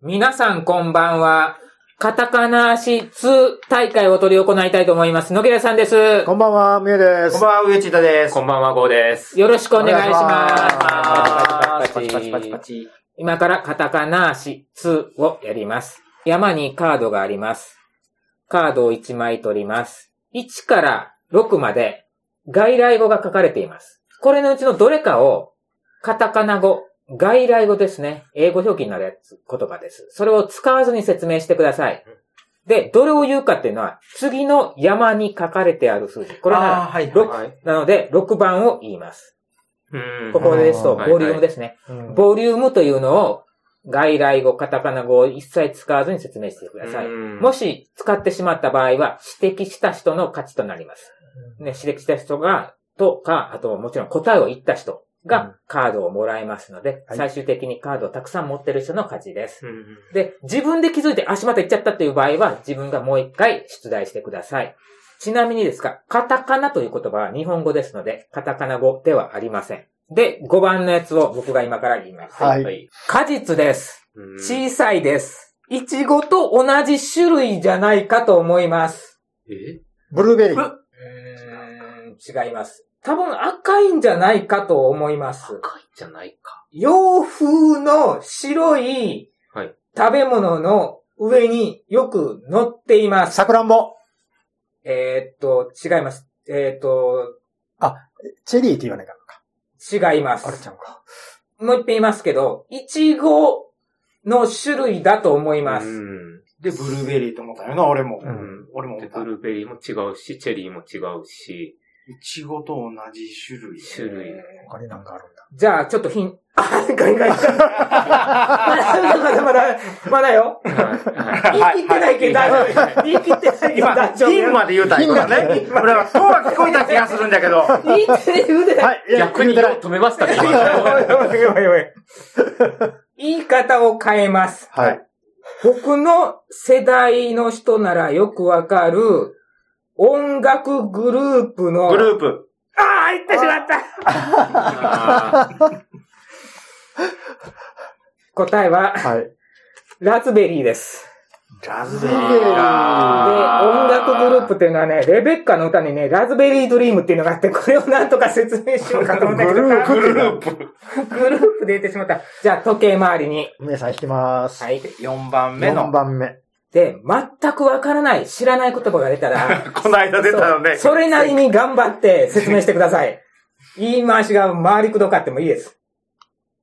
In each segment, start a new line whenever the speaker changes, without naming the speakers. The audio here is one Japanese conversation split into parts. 皆さんこんばんは。カタカナ足通大会を取り行いたいと思います。野木さんです。
こんばんは、みゆです。
こんばんは、上地田です。
こんばんは、ゴーです。
よろしくお願いし
パ
ます。
チパチパチパチパチ。
今からカタカナ足通をやります。山にカードがあります。カードを1枚取ります。1から6まで外来語が書かれています。これのうちのどれかをカタカナ語、外来語ですね。英語表記になるやつ、言葉です。それを使わずに説明してください。で、どれを言うかっていうのは、次の山に書かれてある数字。これなら
あーはい
六
はい
なので、6番を言います。
うん
ここですと、
うん
ボリュームですね。
うん
ボリュームというのを、外来語、カタカナ語を一切使わずに説明してください。
うん
もし使ってしまった場合は、指摘した人の勝ちとなります。ね、指摘した人が、とか、あともちろん答えを言った人
うん
がカードをもらえますので、
はい
最終的にカードをたくさん持ってる人の勝ちです。
うん
で、自分で気づいて、あ、しまった行っちゃったという場合は、自分がもう一回出題してください。ちなみにですが、カタカナという言葉は日本語ですので、カタカナ語ではありません。で、5番のやつを僕が今から言います。
はい
い。
果実です。
うん
小さいです。いちごと同じ種類じゃないかと思います。
え
ブルーベリー。
うーん、違います。多分赤いんじゃないかと思います。
赤いんじゃないか。
洋風の白い
はい
食べ物の上によく乗っています。
さくらんぼ。
えーっと、違います。えーっと、
チェリーって言わないかな。
違いま
あれち
す。
ゃんか。
もう一遍言いますけど、いちごの種類だと思いま
う
す。
ん
で、ブルーベリーと思ったよな、俺も。
ん
俺も思
で、
った
ブ。ルーベリーも違うし、チェリーも違うし、
いちごと同じ種類。
種類。
他になんかあるんだ。
じゃあ、ちょっとヒン、あ、ガリガリ。まだ、まだ、まだ、まだよ。
はい
言い切ってないけど大丈夫。言い切ってないけど
今、
大丈夫。
ピンまで言うたんやからね。俺は、そうは聞こえた気がするんだけど。
言い切って言うてない。
はい、いや
逆に
言う
色
てな
を
い
止めましたね、今。
言い方を変えます。
はい。
僕の世代の人ならよくわかる、音楽グループの、
グループ。
ああ、言ってしまった
あ
答えは、
はい。
ラズベリーです。
ラズ
ベ
ベリ
リ
で、
ー。
音
あー
楽グループっていうのはね、レベッカの歌にね、ラズベリードリームっていうのがあって、これをなんとか説明しようかと思ったけど、
グループ
グループ。
グループで言ってしまった。じゃあ、時計回りに。
皆さん引きます。
はい。
4番目
4
の。
番目。
で、全くわからない、知らない言葉が出たら、
この間出たのね。
それなりに頑張って説明してください。言い回しが回りくどかってもいいです。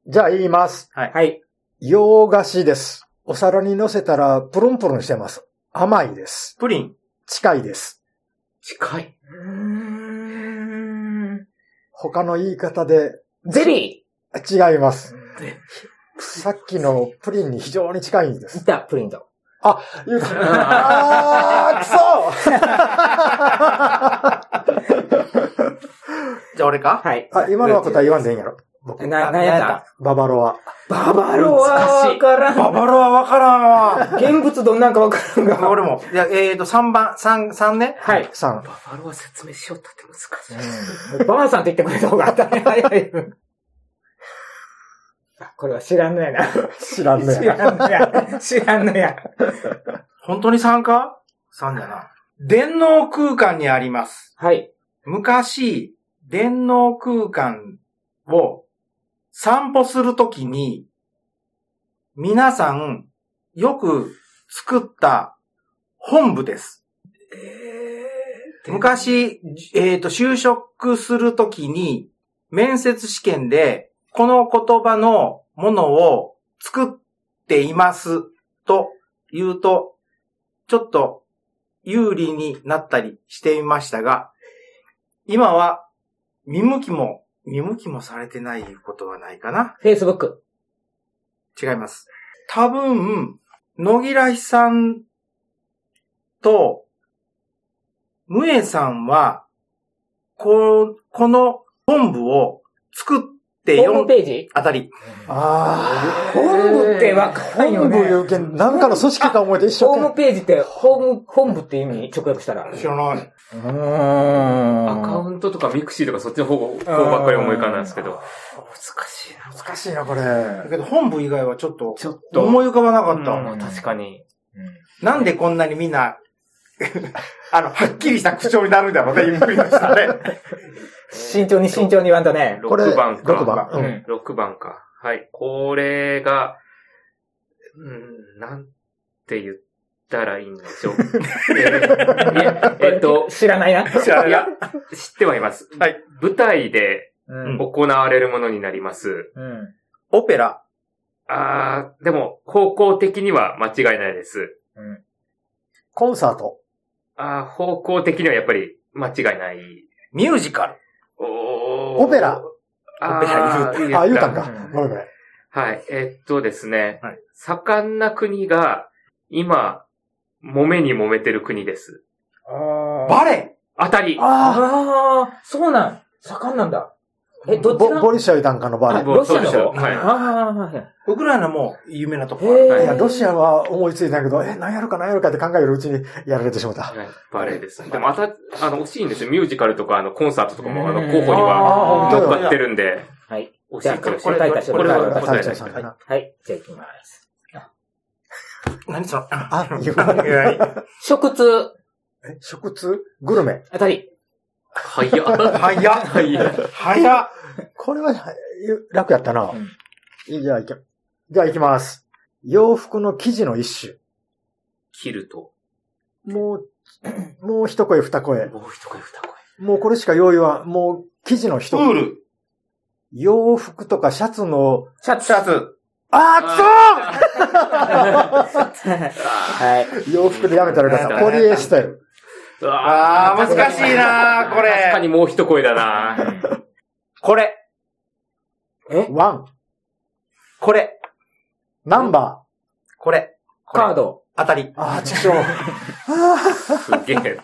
じゃあ言います。
はい。
洋菓子です。お皿に乗せたらプルンプルンしてます。甘いです。
プリン。
近いです。
近い。
他の言い方で
ゼリ
違います。さっきのプリンに非常に近いんで
ー い
す。
た、プリント。
あ、言うた。あー、くそ
じゃあ俺か
はい。
あ、今のは答え言わんでいいんやろ。僕、
な、なんやった
ババロア。
ババロはわからん。
ババロはわからんわ。
現物どんなんかわからんが。
俺も。いや、えーと、3番、3、三ね。
はい。
さん。
バファローは説明しようったって難しい。
ばあさんって言ってくれた方が当たり早い。あこれは知らんのやな。
知らん
知
ね。
らんのや。知らんのや。
本当に3か ?3 だな。電脳空間にあります。
はい。
昔、電脳空間を散歩するときに、皆さんよく作った本部です。昔、えっ、と、就職するときに、面接試験で、この言葉のものを作っていますと言うと、ちょっと有利になったりしていましたが、今は見向きも、見向きもされてないことはないかな
Facebook。
違います。多分、野木らひさんと、むえさんは、こ、この本部を作って
ホーム
4
ページ
あたり。
あー。
本部ってわからんよ
本部言
ね。
うけん、なんかの組織か思えて一生
ホー
懸命
ムページって、ホーム、本部って意味直訳したら。
らない。
うー
ア
ん
カウントとかミクシーとかそっちの方方ばっかり思い浮かんだんですけど。
難しいな。
難しいな、これ。
だけど本部以外はちょっと
ちょっと。
思い浮かばなかったわ。
うん確かに。
なんでこんなにみんな、 あの、はっきりした口調になるんだろう ね、ゆっくりとしたね。
慎重に慎重に言わんとね。これ
6番か。
6番。
う
うんん。
6番か。はい。これが、うん、なんて言ったらいいんで しょう。えーえっと、
知らないな。
知らない
いや、知ってはいます。
はい。
舞台で
うん。
行われるものになります。
うん。
オペラ。
あー、でも、方向的には間違いないです。
コンサート。
あー、方向的にはやっぱり間違いない。
ミュージカル。
お
オペラ。
あー
オペラ言
あ、言うたん
言っ
か
うん。
ごめんごめん。
はい。えっとですね。
はい
盛んな国が、今、揉めに揉めてる国です。
バレ
当たり
あ
ああ、そうなん。盛んなんだ。え、
あ、
どっち
ボ
が
ボリシャイタンかのバ
あ、
レ。
ロシアの
そう
方
でしょはい
ああ、はい。
ーウクライナも有名なとこあ
へ
る。
ー
いや、ロシアは思いついたけど、え、何やるか何やるかって考えるうちにやられてしまった。
はいバレエです。でも、あた、あの、惜しいんですよ。ミュージカルとか、あの、コンサートとかも、あの、候補には
あ
ー
乗っかってるんで。
はい。
惜し
じゃ
い
あ、
か
答
もしれ
え
ない。
た人
これは
答えた
答え
人
た人。
はい
は
はい。じゃあ行きます。
何その、あ、
あ、言う
いやいや
食通、
え食通グルメ。
当たり。
い。は
早っ。
い。はい。
早っ。
これはゆ楽やったな。
うん
じゃあ、いけ、じゃあ行きます。洋服の生地の一
切ると。
種。もう、もう一声二声。
もう一声二声。
もうこれしか用意は、もう生地の一
プ
声
ール。
洋服とかシャツの、
シャツ。
シャツ。
あ
あ
はい。
ーくそー洋服でやめたらよかった。
う
ポ
ん
リエステル。
ーあ
あー、難しいなーこ
確か
れ。
にもう一声だな
これ。
ワン。
これ。
ナンバ
これ。
カード。
当たり。
ー。あー、ちくしょう。
すげえ。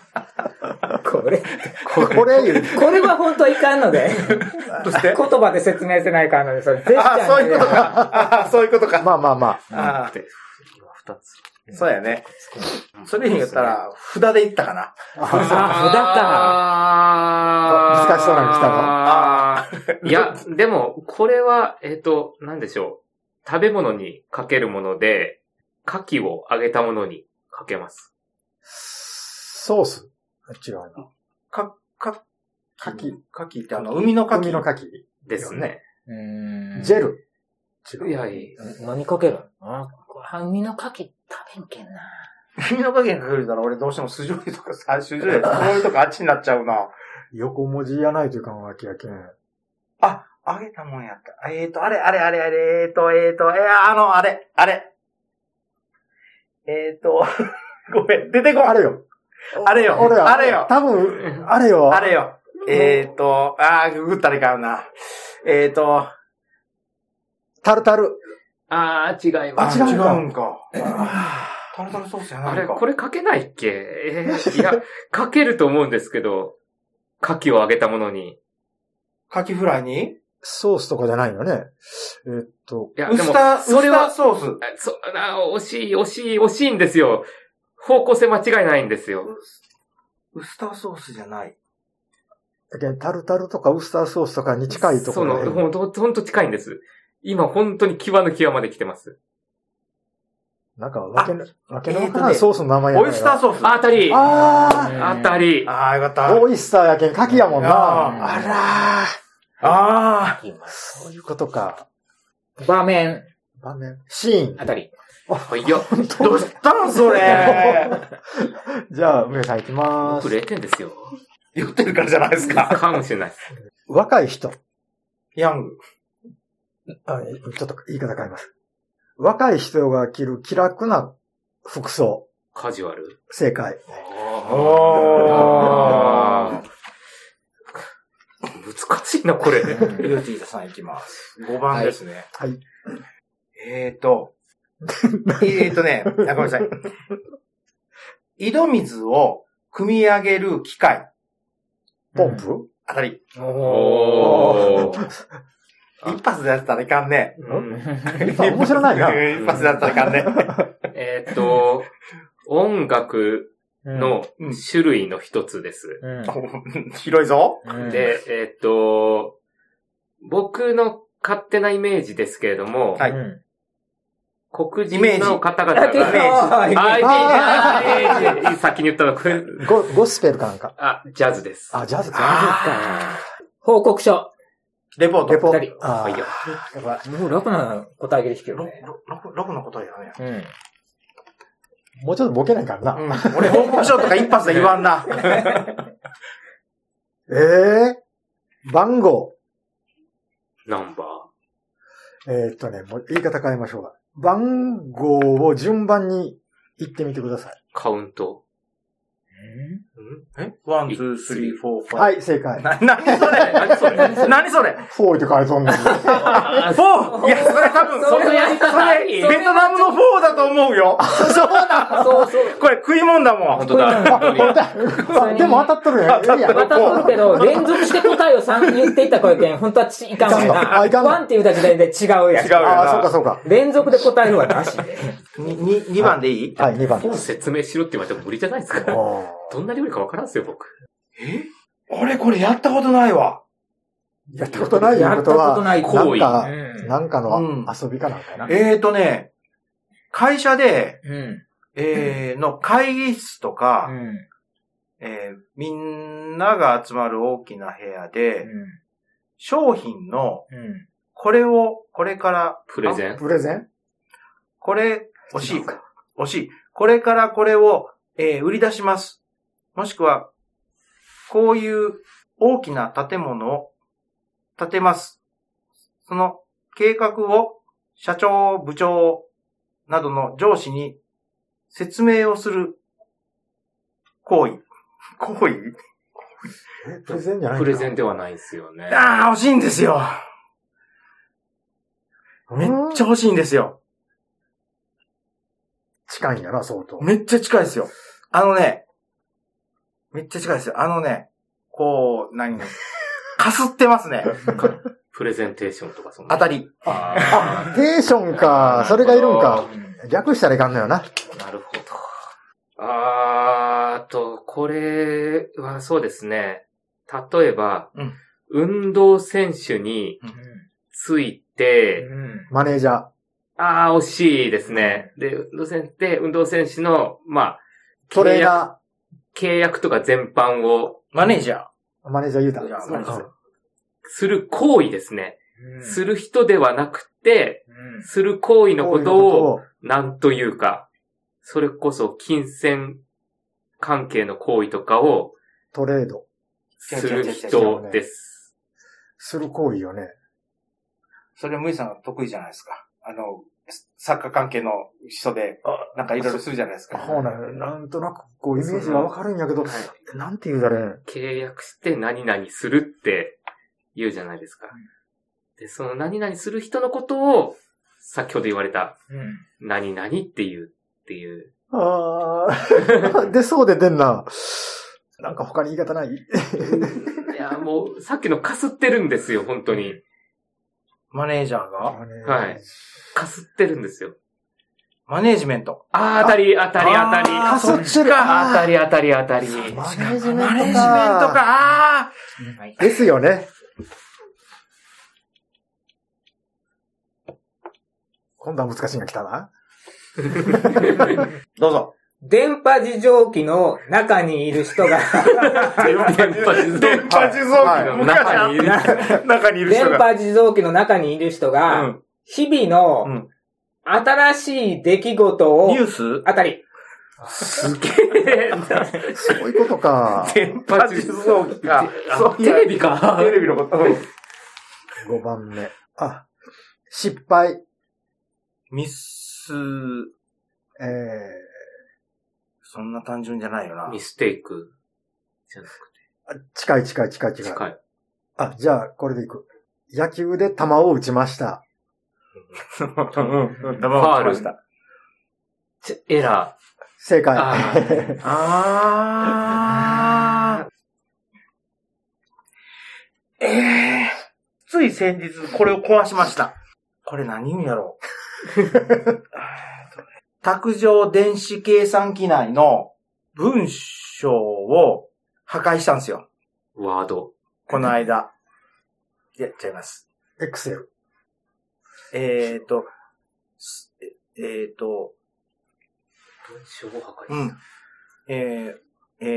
これ、
これ
これ言う。
これは本当はいかんので。
どうして
言葉で説明せないかんので、それ、ジェスチ
あ
ャ
ー、そう
ー
いう
で
ことか。あー、そういうことか。
まあまあま
あー
で今二つ。
そうやね。それに言ったら、札で言ったかな。
あ
あ。
札か。
あ
難しそうなの来たの
あーいや、でも、これは、えっ、と、なんでしょう。食べ物にかけるもので、牡蠣を揚げたものにかけます。
ソース。違うな。
か、か、か
牡
き、かきってあの、海のかき。
海の牡蠣。
ですね。
うん
ジェル。違う。
いや、いい。
何かけるのあ、これ、海の牡蠣食べんけんな。
海のかきにかけるなら俺どうしても酢醤油とか さ、酢醤油、酢醤油とかあっちになっちゃうな。
横文字やないというかわけやけん。
あ、揚げたもんやった。えーと、あれ、あれ、あれ、あれ、えーと、えーと、えー、あの、あれ、あれ。えーと、 ごめん、出てこん。
あれ よ。
あれよ
俺は
あれよ
多分、あれよ。
あれよ。えーと、あー、ググったらいかんな。えーと、
タルタル。
ああ、違い
あ
ます。
違うんか
んか。タルタルソースやな
あ
い
れ、
か。
これかけないっけえーいや、かけると思うんですけど、牡蠣を揚げたものに。
カキフライに
ソースとかじゃないよね。えっと、
いや、
ウ
で
ス
も
ター、、ウスタ
それ
ー
は、
ソー
あそあ惜しい、惜しい、惜しいんですよ。方向性間違いないんですよ。
ス。ウスターソースじゃない。
だけどタルタルとかウスターソースとかに近いところ
その、ほんと、ほんと近いんです。今、本当に際の際まで来てます。
なんか、わけの、わけのわか
えー
ら
と
ん
ね
ソースの名前や
オイスター
ース。
ソース。
あたりあ
あ
たり
ああ、よかった。
ーオイスターやけん、牡蠣やもんな。
あ
あら
あ
いきま
ー。
す
そういうことか。
場面、
場面。シーン
あ。たり。
はいよ。
あ、どうしたんそ れ。
じゃあ、梅さん行きま
僕
す。
0点ですよ。
酔ってるからじゃないですか。
かもしれないです。
若い人。
ヤング。
あえちょっと言い方変えます。若い人が着る気楽な服装。
カジュアル。
正解。
あー難しいな、これ。
ビューティーさんいきます。5番ですね。
はい。
えーと、えーとね、あごめんなさい。井戸水を汲み上げる機械。
ポンプ、
あたり。
おー。あ
一発でやったらいかんね。
うん
あ面白ないな。
一発でやったらいかんね。
えーっと、音楽 の
うん
種類の一つです。
うん。
広いぞ。
うん、
で、えっと、僕の勝手なイメージですけれども、
はい
うん
黒
イメ
人
ージ
の方々が、
イメージ
あイメ
あ
ージイメージ先に言ったの、これ
ゴゴスペルかなんか。
あ、ジャズです。
あ、ジャズか。
あー報告書。
レポート。
レポ
二人。
あ
はいよ
ー
やばい。
もう楽な答え上げできてる
ろ
ね。
ろろろくのことやね。
うん。
もうちょっとボケないからな。
うん。俺報告書とか一発で言わんな。
ええ番号。
ナンバー。
えーっとね、もう言い方変えましょうか。番号を順番に言ってみてください。
カウント。
えワン、ツー、スリー、フォー、ファイブ。
はい、正解。
な、なにそ
何それ
れ何それ
フォーって書いとんのに。
あ
フォーいや、それ多分、
そ
そ
れ
れ、それ、ベトナムのフォーだと思う よ。
そうそう。
これ食い物だも
本
ん。
当
本
だ。
当や でも当たっとるやん。ええやん
また取るけど、連続して答えを3言っていった声けん、本当はちいかんもん
いかんのあいか
な。
んの
ワンって言うた時代で違うやん
違うよ
ああ、そうか
な。
そうか。
連続で答えるはなしで。
に、に、2番でいい
はい、2番。
本説明しろって言われても無理じゃないですか。
おー
どんな料理かわからんすよ、僕。
え俺これやったことないわ。
やったことないいうこと
やったこと
は、
ない
行
なん
為
か、
うん
なんか
うん
の遊びかなんかな。
えーとね、会社で、
うん。
えー、の会議室と
う
か、
ん。
えー、みんなが集まる大きな部屋で、商品の、
うん。
これを、これから、
プレゼン。
プレゼン
これ、惜しい。惜しい。これからこれを、えー売り出します。もしくは、こういう大きな建物を建てます。その計画を社長、部長などの上司に説明をする行為。行為
えプレゼンじゃない
プレゼ
ン。
ンではないですよね。
ああ、惜しいんですよ。めっちゃ欲しいんですよ。
近いんやな、相当。
めっちゃ近いですよ。あのね、めっちゃ近いですよ。あのね、こう、 何かすってますね。
プレゼンテーションとかそんな。
当たり。
あ、テーションか。それがいるんか。略したらいかんのよな。
なるほど。あーと、これはそうですね。例えば、
うん
運動選手について、
マネージャー。
あー、惜しいですね。で、運動選手で、運動選手の、まあ、
トレーナ
契約とか全般を
マネージャー。
ー。マネージャー言うた。
いや
そうか
マネージャ
する行為ですね。する人ではなくて、
うん。
する行為のことを、
こ
なんというか、それこそ金銭関係の行為とかを
とをトレード
する人です。
する行為よね。
それ、むいさんが得意じゃないですか。あの、作家関係の人で、なんかいろいろするじゃないですか。
ほうなのなんとなく、こう、イメージはわかるんやけど
は、い
なんて言うだれ。
契約して何々するって言うじゃないですか。で、その何々する人のことを、先ほど言われた、何々っていう、って いう。
あー。出 そうで出んな。なんか他に言い方 ない。
いや、もう、さっきのかすってるんですよ、本当に。
マネージャーが、
マネージャー
はい。かすってるんですよ。
マネージメント。
あー、当たり、当たり、当たり。
あー
そっちか。
当たり、当たり、当たり。
マネージメントか。
マネージメントか。あ
ですよね。今度は難しいの来たな。
ーどうぞ。
電波事情機の中にいる人が、
電波地
電波地蔵
はい
の中 にいる。
中にいる人
電
が。
波事情機の中にいる人
う
が
ん、
日々
う
の
ん
新しい出来事を
ニュ、ース。
あたり。
すげえな。
そういうことか
電波地蔵機か。
あテレビか。
テレビのこと。うん
5番目。あ、失敗。
ミス、
え
そんな単純じゃないよな
ミ。ステイク。じゃなく
ー、近い近い近い
て、
近い。
近い。
あ、じゃあ、これでいく。野球で球を打ちました。
うん。
ファー
黙
ル
ました。
ちエラ
正
ー。
解。
あ ー
あー。ええー。つい先日、これを壊しました。これ何言うんやろう。 卓上電子計算機内の文章を破壊したんですよ。
ワード。
この間。やっちゃいます。
エクセル。
えっ、と、すえっ、と、
文章を破
う
壊
ん。えー、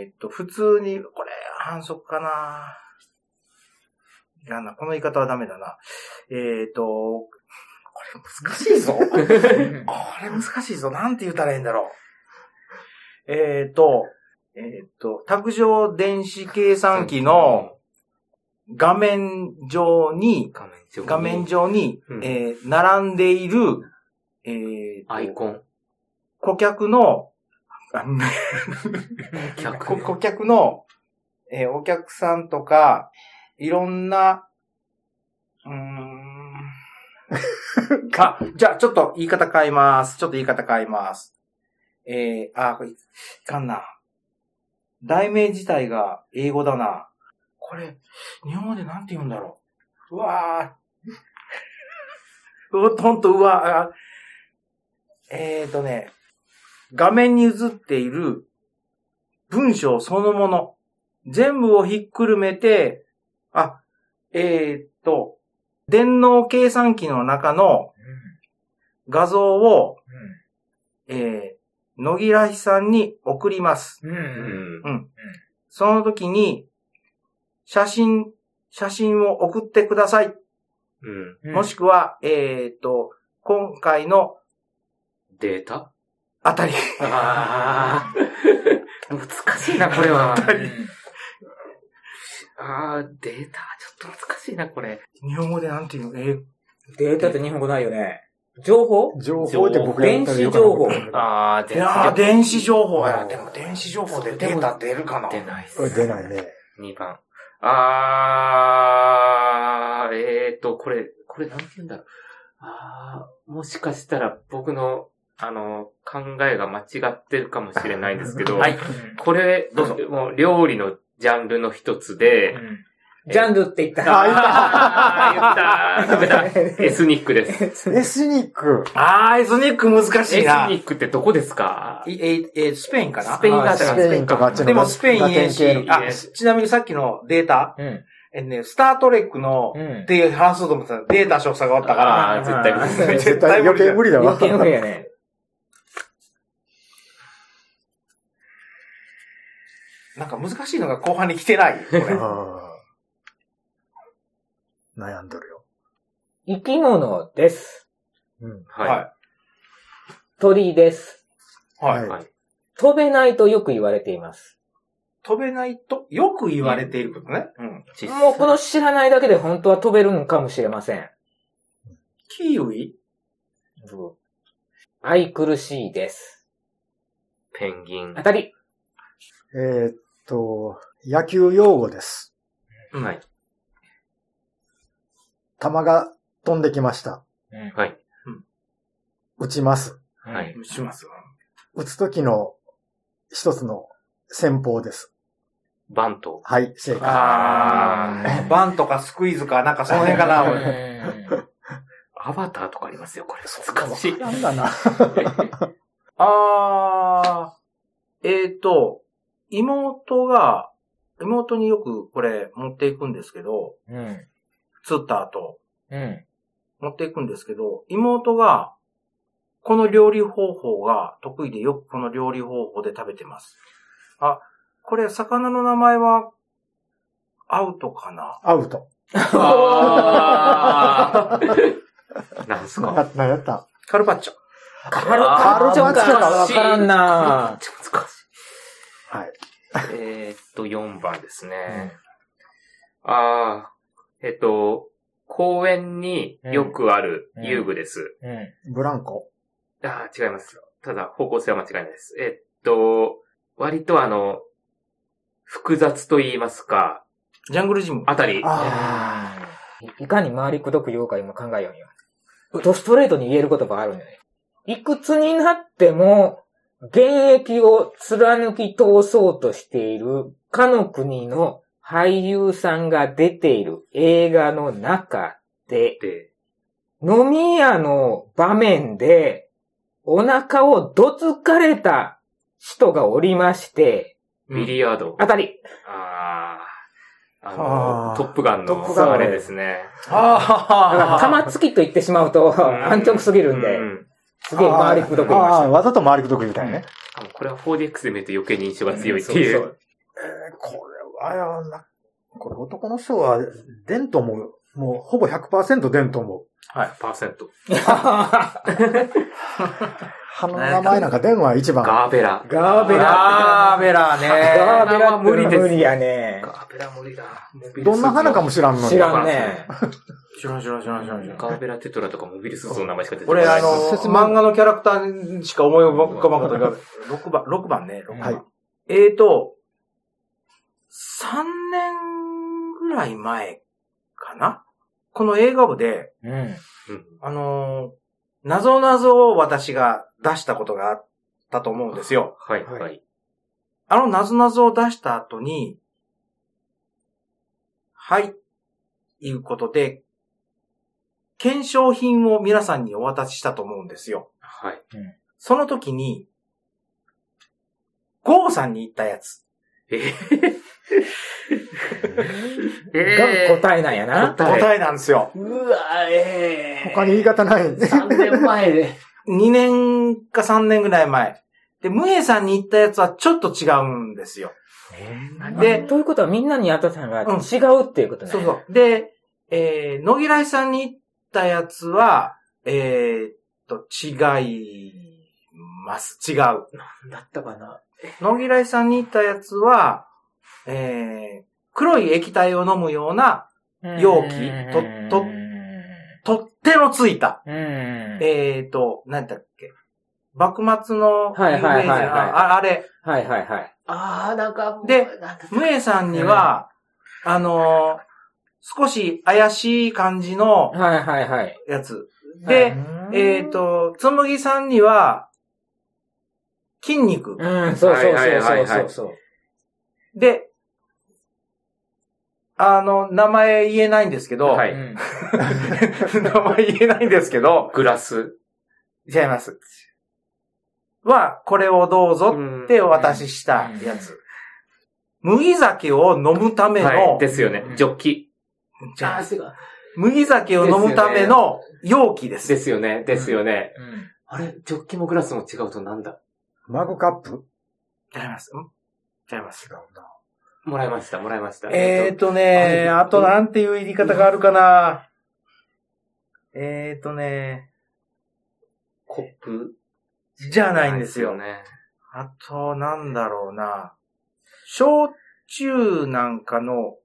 えーっと、普通に、これ、反則かな。いらんな。この言い方はダメだな。えーっと、これ難しいぞ。これ難しいぞ。なんて言ったらいいんだろう。えーっと、えーっと、卓上電子計算機の画面上 に、
画面上に
画面上に、
うん
えー並んでいる、えーっと
アイコン。
顧客の、あ
客
こ顧客の、えーお客さんとか、いろんな、うーん。 あ、じゃあ、ちょっと言い方変えます。ちょっと言い方変えます。えー、あ、これいかんな。題名自体が英語だな。これ、日本語でなんて言うんだろう。うわぁ。うわ ほんと、うわぁ。えーとね、画面に映っている文章そのもの、全部をひっくるめて、あ、えーっと、電脳計算機の中の画像を、えー、野木らひさんに送ります。
うん。う。
うんん。
その時に、写真、写真を送ってください。
うん。
うん。
もしくは、えーっと、今回の
データ
あたり。
ああ。 難しいな、これは。ああ、データちょっと難しいな、これ。
日本語でなんていうのえー
データって日本語ないよね。情報
情報って僕が言ったらよかった
ああ、
いやー、電子情報や。
うん
でも電子情報でデータ出るかな
出ないっす
これ出ないね。
2番。あー、えーと、これ、これなんて言うんだろう。あー、もしかしたら僕の、あの、考えが間違ってるかもしれないんですけど、
はい。
これ、
どうぞ
もう料理のジャンルの一つで、
ジャンルって言った
あ
あ ー、言 ったー、ダメだ。エスニックです。エ
エスニック。
あー、エスニック難
ス
し
ニ
いな。
ックってどこですか
いえ、え、スペインかな
スペイン
あ
だった
ス
ら
ペインとかあっちの
でもスペイン
ラ
遺伝
テ系の
子。あ、ちなみにさっきのデータ、
うん。
えっとね、スタートレックの、
うん
っ。て話そうと思ってたらデータ詳細があったか
あー、絶対無理ですね。
絶対余計無理だわ
余。計無理やね。
ら、なんか難しいのが後半に来てない。これ
あー 悩んどるよ。
生き物です。
うん。
は
鳥です。
は
い。
い。はい。
はい。
飛べないとよく言われています。
飛べないと、よく言われていることね。うん。
実
もうこの知らないだけで本当は飛べるのかもしれません。
キウイ
愛くるしいです。
ペンギン
当。たり。
えーっと、野球用語です。
はい。
球が飛んできました。
うん
はい。
打ちます。
はい。
します。
打つ時の一つの戦法です。
バント。
はい、正解。
あー、 バンとかスクイズか、なんかその辺 かな、俺。
アバターとかありますよ、これ。
わ
難しい。
からんがな。
あー、えっ、と、妹が、妹によくこれ持っていくんですけど、
うん。
釣った後、
うん。
持っていくんですけど、妹が、この料理方法が得意でよくこの料理方法で食べてます。あ、これ魚の名前は、アウトかな
アウト。
あーなんす
な
か
何やった
カルパッチョ。
カル
あ
カ
ー
ルチョかわからん
難
な
し
はい。
い。えーっと、4番ですね。あー、えっと、公園によくある遊具です。
うん。
ブランコ。
あー、違います。ただ、方向性は間違いないです。えっと、割とあの、複雑と言いますか、
ジャングルジム。
あたり。
あ
いいかに回りくどく言おうか今考えようには。ドストレートに言えることがあるんよね。いくつになっても、現役を貫き通そうとしている、かの国の俳優さんが出ている映画の中で、
で、
飲み屋の場面で、お腹をどつかれた人がおりまして、
ビリヤード。
当たり。
ああ。あ
あー
の、トップガン
トップ
の、
ガン
あれですね。
だから、
あ
玉突きと言ってしまうと、
うん
安直すぎるんで
う、ん
すげえ回りくどく言
あ
いま
あ、
し
わざと回りくどくみたいなね。
しかもこれは 4DX で見ると余計に印象
た。
が強いってい。
んそう
これはやな、これ男の人は、デントも、もうほぼ100%デントも、
パーセント。
花の名前なんかデンは一番。
ガーベラ。
ガーベラ。
ガーベラ
ガ
ね。
ーベラって
無理です
無理やね
ガ。ーベラ無理だ。
どんな花かも
し
知らんのに。
知らんね。
知らん知らん知らん知らん知らん
ガーベラテトラとかモビルスーツの名前しか出てこな
俺、
い。
あの
説、明
漫画のキャラクターにしか思い浮かばなかったから、6番、六番ね、6番。
はい。
えーと、3年ぐらい前かなこの映画部で、
うん。
うん
あのー、謎謎を私が出したことがあったと思うんですよ。
はい、はい。
あの謎謎を出した後に、はい、いうことで、検証品を皆さんにお渡ししたと思うんですよ。
はい。
その時に、ゴーさんに言ったやつ。
えー
が答えなんやな。
答え
答えなんですよ。
うわ、ええ
他に言い方ない。
3年前で。
2年か3年ぐらい前。で、ムエさんに行ったやつはちょっと違うんですよ。で
ということはみんなに当たったのが
うん
違うっていうことね。
そうそう。で、えー、野木来さんに行ったやつは、えー、っと、違います。違う。
だったかな。
野木来さんに行ったやつは、えー、黒い液体を飲むような、
うん
容器とと取っ手のついた、
うん。
えー、っと、何だっけ。幕末の有
はい
名人、
はいはいはい
ああれ、
はいはいはい。
ああ、なんか、
で
なんか
ムエさんには、あのー少し怪しい感じの
はいはいはい。
やつ。
は
で、えっ、と、つむぎさんには、筋肉。
うん、そうそうそうそうそうそう。
で、あの、名前言えないんですけど、
はい
うん
名前言えないんですけど、
グラス。
違います。は、これをどうぞってお渡ししたやつ。麦酒を飲むため
は
の
い。、ですよね。ジョッキ。
違い
あ
ま
あ、
す
てか、
麦酒を飲むための容器です。
ですよね。ですよね。
うん
あれジョッキもグラスも違うとなんだ
マグカップ
違います。ん違います。
もらいました、もらいました。
えー
っ
とね、
あ
あとなんていう言い方があるかな。えーとね、
コップ。
じゃないんですよ。
ね。
あとなんだろうな。焼酎なんかの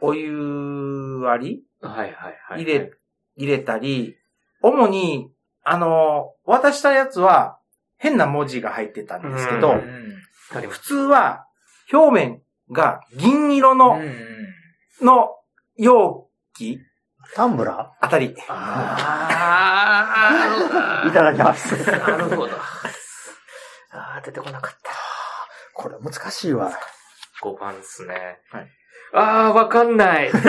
お湯割
はいはいは
り
い。
入れ、入れたり、主に、あの、渡したやつは変な文字が入ってたんですけ
う
ど、
ん
ありま
普
す
通は表面が銀色の、
うん
の容器
タンブラ
あたり。
あ
ーいただきます。
あ、なるほど。ああ、出てこなかった。
これ難しいわ。
5番ですね。
はい
あー、わかんない。 わ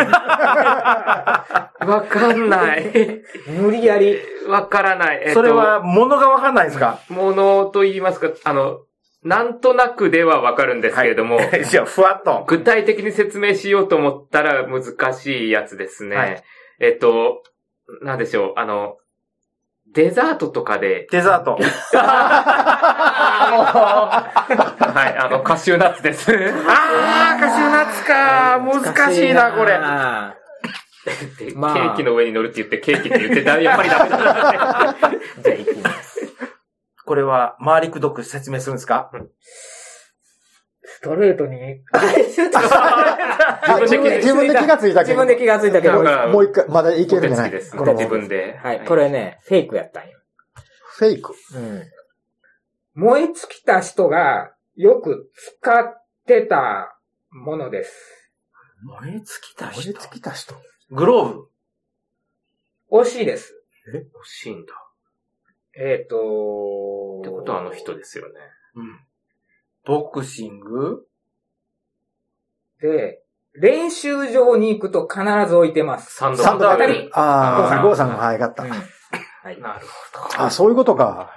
かんない。
無理やり。
わからない。えっと
それは、物がわかんないですか
ものと言いますか、あの、なんとなくではわかるんですけれども、
じゃあ、ふわっと。
具体的に説明しようと思ったら難しいやつですね。
はい
えっと、なんでしょう、あの、デザートとかで、
デザート。
はい、あの、カシューナッツです。
あー、カシューナッツかー。難しいな、これ。
あ
でケ
まあ
ーキの上に乗るって言って、ケーキって言って、だやっぱりダメだなって。
ーじゃあ行きます。
これは、回りくどく説明するんですか
ストレートに。
あ自分自分で気がついた
自
けど。
分で気がついたけ
な
ど
ん。か
もう一回、まだいけ
お
るん
手
じゃな
つ
い
きです。
この
自分で。
はい、これね、フェイクやったんよ。
フェイク。
うん。燃え尽きた人がよく使ってたものです。
燃え尽きた
燃え尽きた人。
グローブ。
惜しいです。
欲しいんだ。
えっ、と
ってことはあの人ですよね。
うん。ボクシング
で、練習場に行くと必ず置いてます。
サンド
サンド
バ
バ
ッ
ッ
グ
グ
グ。ああ、ゴーさんが早かった。
なるほど。
あ、そういうことか。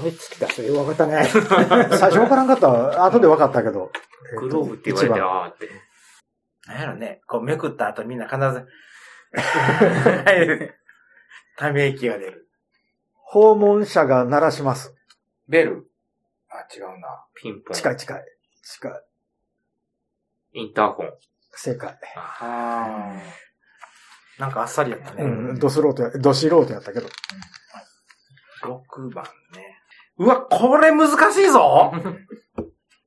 燃え尽きた、それ弱かったね。
最初わからんかった。後でわかったけど。
グローブって言われて、
一番
あーって。
なんやろね、こうめくった後みんな必 ずはい、ため息が出る。
訪問者が鳴らします。
ベル、
あ、違うな。
ピンポン、
近い近い。近い。
インターホン。
正解。
あーなんかあっさりやったね。
うん、ドスロートや、ド素人やったけど。
6番ね。うわ、これ難しい ぞ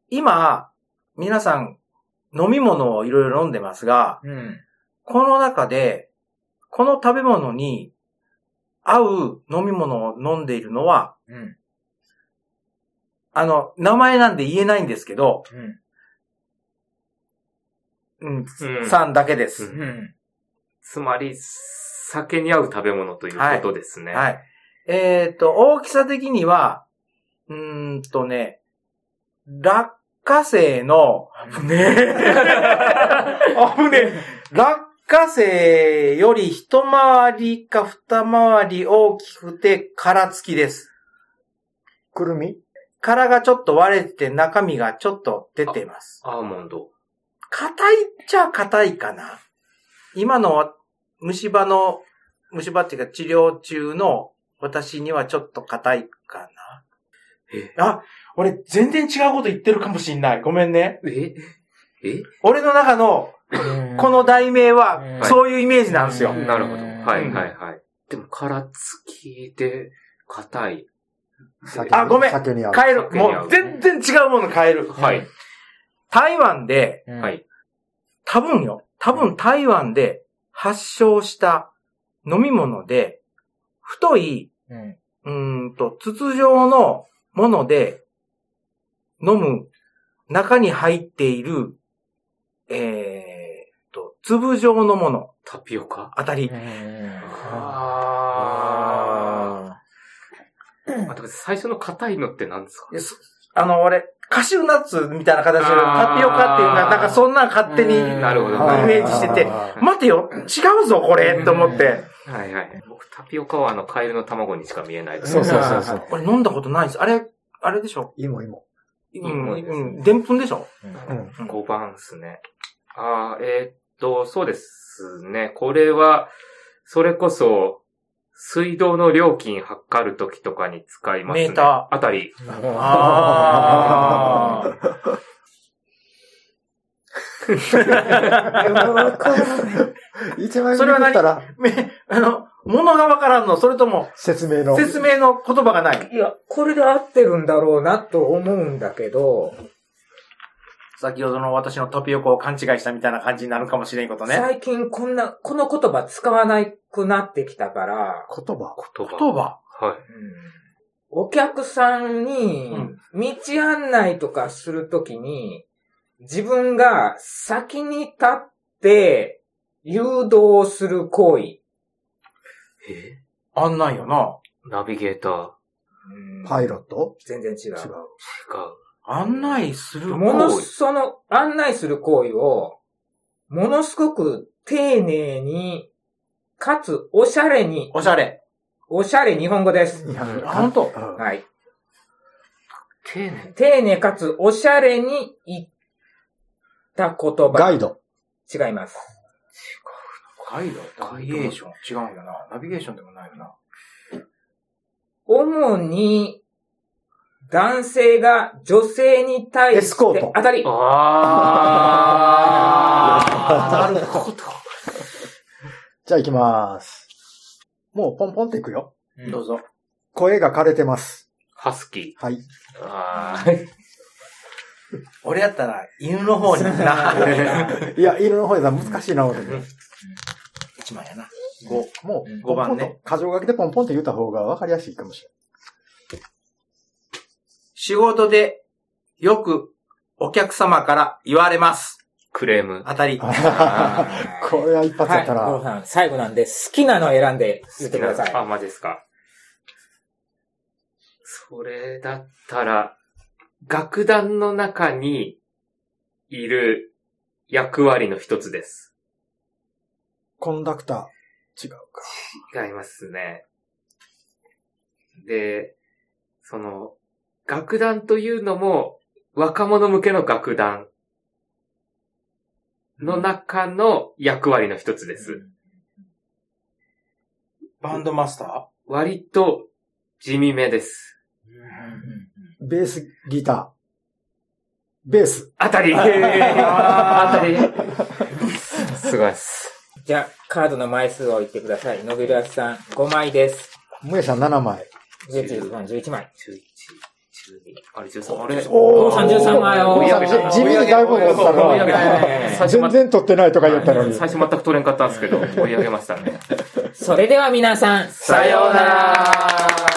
今、皆さん、飲み物をいろいろ飲んでますが、
うん。
この中で、この食べ物に合う飲み物を飲んでいるのは、
うん。
あの、名前なんで言えないんですけど、うん、
うん
さんだけです。
うん
うん。
つまり、酒に合う食べ物ということですね。
はい。えっ、と、大きさ的には、うーんとね、落花生の、 ねあぶねえ落花生より一回りか二回り大きくて殻付きです。
くるみ
殻がちょっと割れてて中身がちょっと出ています。
アーモンド。
硬いっちゃ硬いかな。今の虫歯の、虫歯っていうか治療中の私にはちょっと硬いか
え、
な。あ、俺全然違うこと言ってるかもしんない。ごめんね。
ええ
俺の中のこの題名は
うん
そういうイメージなんですよ。
うん
なるほど。は
う
い
ん
はいはい。でも、殻付きで、硬い。
酒に
あごめん
酒に合う。
変える。もう全然違うもの変える。
はい。
台湾で、
うん
は。い。
多分よ。多分台湾で発症した飲み物で、太い
うん。
うーんと、筒状のもので飲む中に入っている、えー、と、粒状のもの
タピオカ
あたり。
あー。あ、だから最初の硬いのって何ですか
えそあの、俺、カシューナッツみたいな形で
あー
タピオカっていうのは、なんかそんなん勝手に
なるほど。
あ
は
イ
い
メージしてて
あー
待てよ、違うぞ、これと思って。
はいはい。僕、タピオカはあの、カエルの卵にしか見えないです
そうそうそうそう。
俺飲んだことないです。あれ、あれでしょ
芋芋。
う
いいも
ん、
んですね
うん、でんぷんでしょ
うん。
うん
5番ですね。あーえーっと、そうですね。これは、それこそ、水道の料金測るときとかに使いますね。
メータ
ー。あたり。
あー。
一枚目だったら
め、あの、物がわからんの、それとも、
説明の。
説明の言葉がない。
いや、これで合ってるんだろうなと思うんだけど、
先ほどの私のタピオカを勘違いしたみたいな感じになるかもしれんことね。
最近こんな、この言葉使わなくなってきたから、
言葉。
言葉。
言葉。
はい。
お客さんに
うん
道案内とかするときに、自分が先に立って誘導する行為。
え
あんなんよな。
ナビゲーター。
うん
パイロット
全然違
違う
う。。
案内する
もの
行為。
す、その案内する行為を、ものすごく丁寧に、かつおしゃれに、
おしゃれ。
おしゃれ日本語です。
いや
うん
あ、ほんと。
うん
はい。
丁寧。
丁寧かつおしゃれに言った言
ガ
葉。
イド。
違います。
ガイド
ナビゲーシ
ョン。違うんよな。ナビゲーションでもないよな。
主に、男性が女性に対して、
エスコート
当たり。
あ ー。なるほど。
じゃあ行きます。もうポンポンっていくよ。
うん
どうぞ。
声が枯れてます。
ハスキ
はい。
ー。あー。
俺やったら、犬の方に行くな。
いや、犬の方や難しいな、俺。
一枚やな。五。
も
うん
う、ポンポ
五番
ンと
ね。
箇条書きでポンポンって言った方が分かりやすいかもし
仕事で、よく、お客様から言われます。
クレーム。
あたり
れ。ない。これは一発やった
はい、ゴルフ
ら、
さん、最後なんで、好きなの選んで言ってください。
あ、マジですか。それだったら、楽団の中にいる役割の一つです。
コンダクター、違うか。
違いますね。で、その、楽団というのも、若者向けの楽団の中の役割の一つです。
バンドマスタ
割と地味めです。
ベース、ギター。ベース。
当たり
あ
当たり
ー
すごいっす。
じゃあ、カードの枚数を言ってください。ノビルアスさん、5枚です。
もえさん7枚。
11、11枚。
11、12、あれ13、あれ
おー33枚を
追い上げ
地
た
地味にだいぶ持った
追い上げ
な。
た最初
全
ま最
然取ってないとか言ったのに。
初全く取れんかったんですけど、追い上げましたね。
それでは皆さん、
さようなら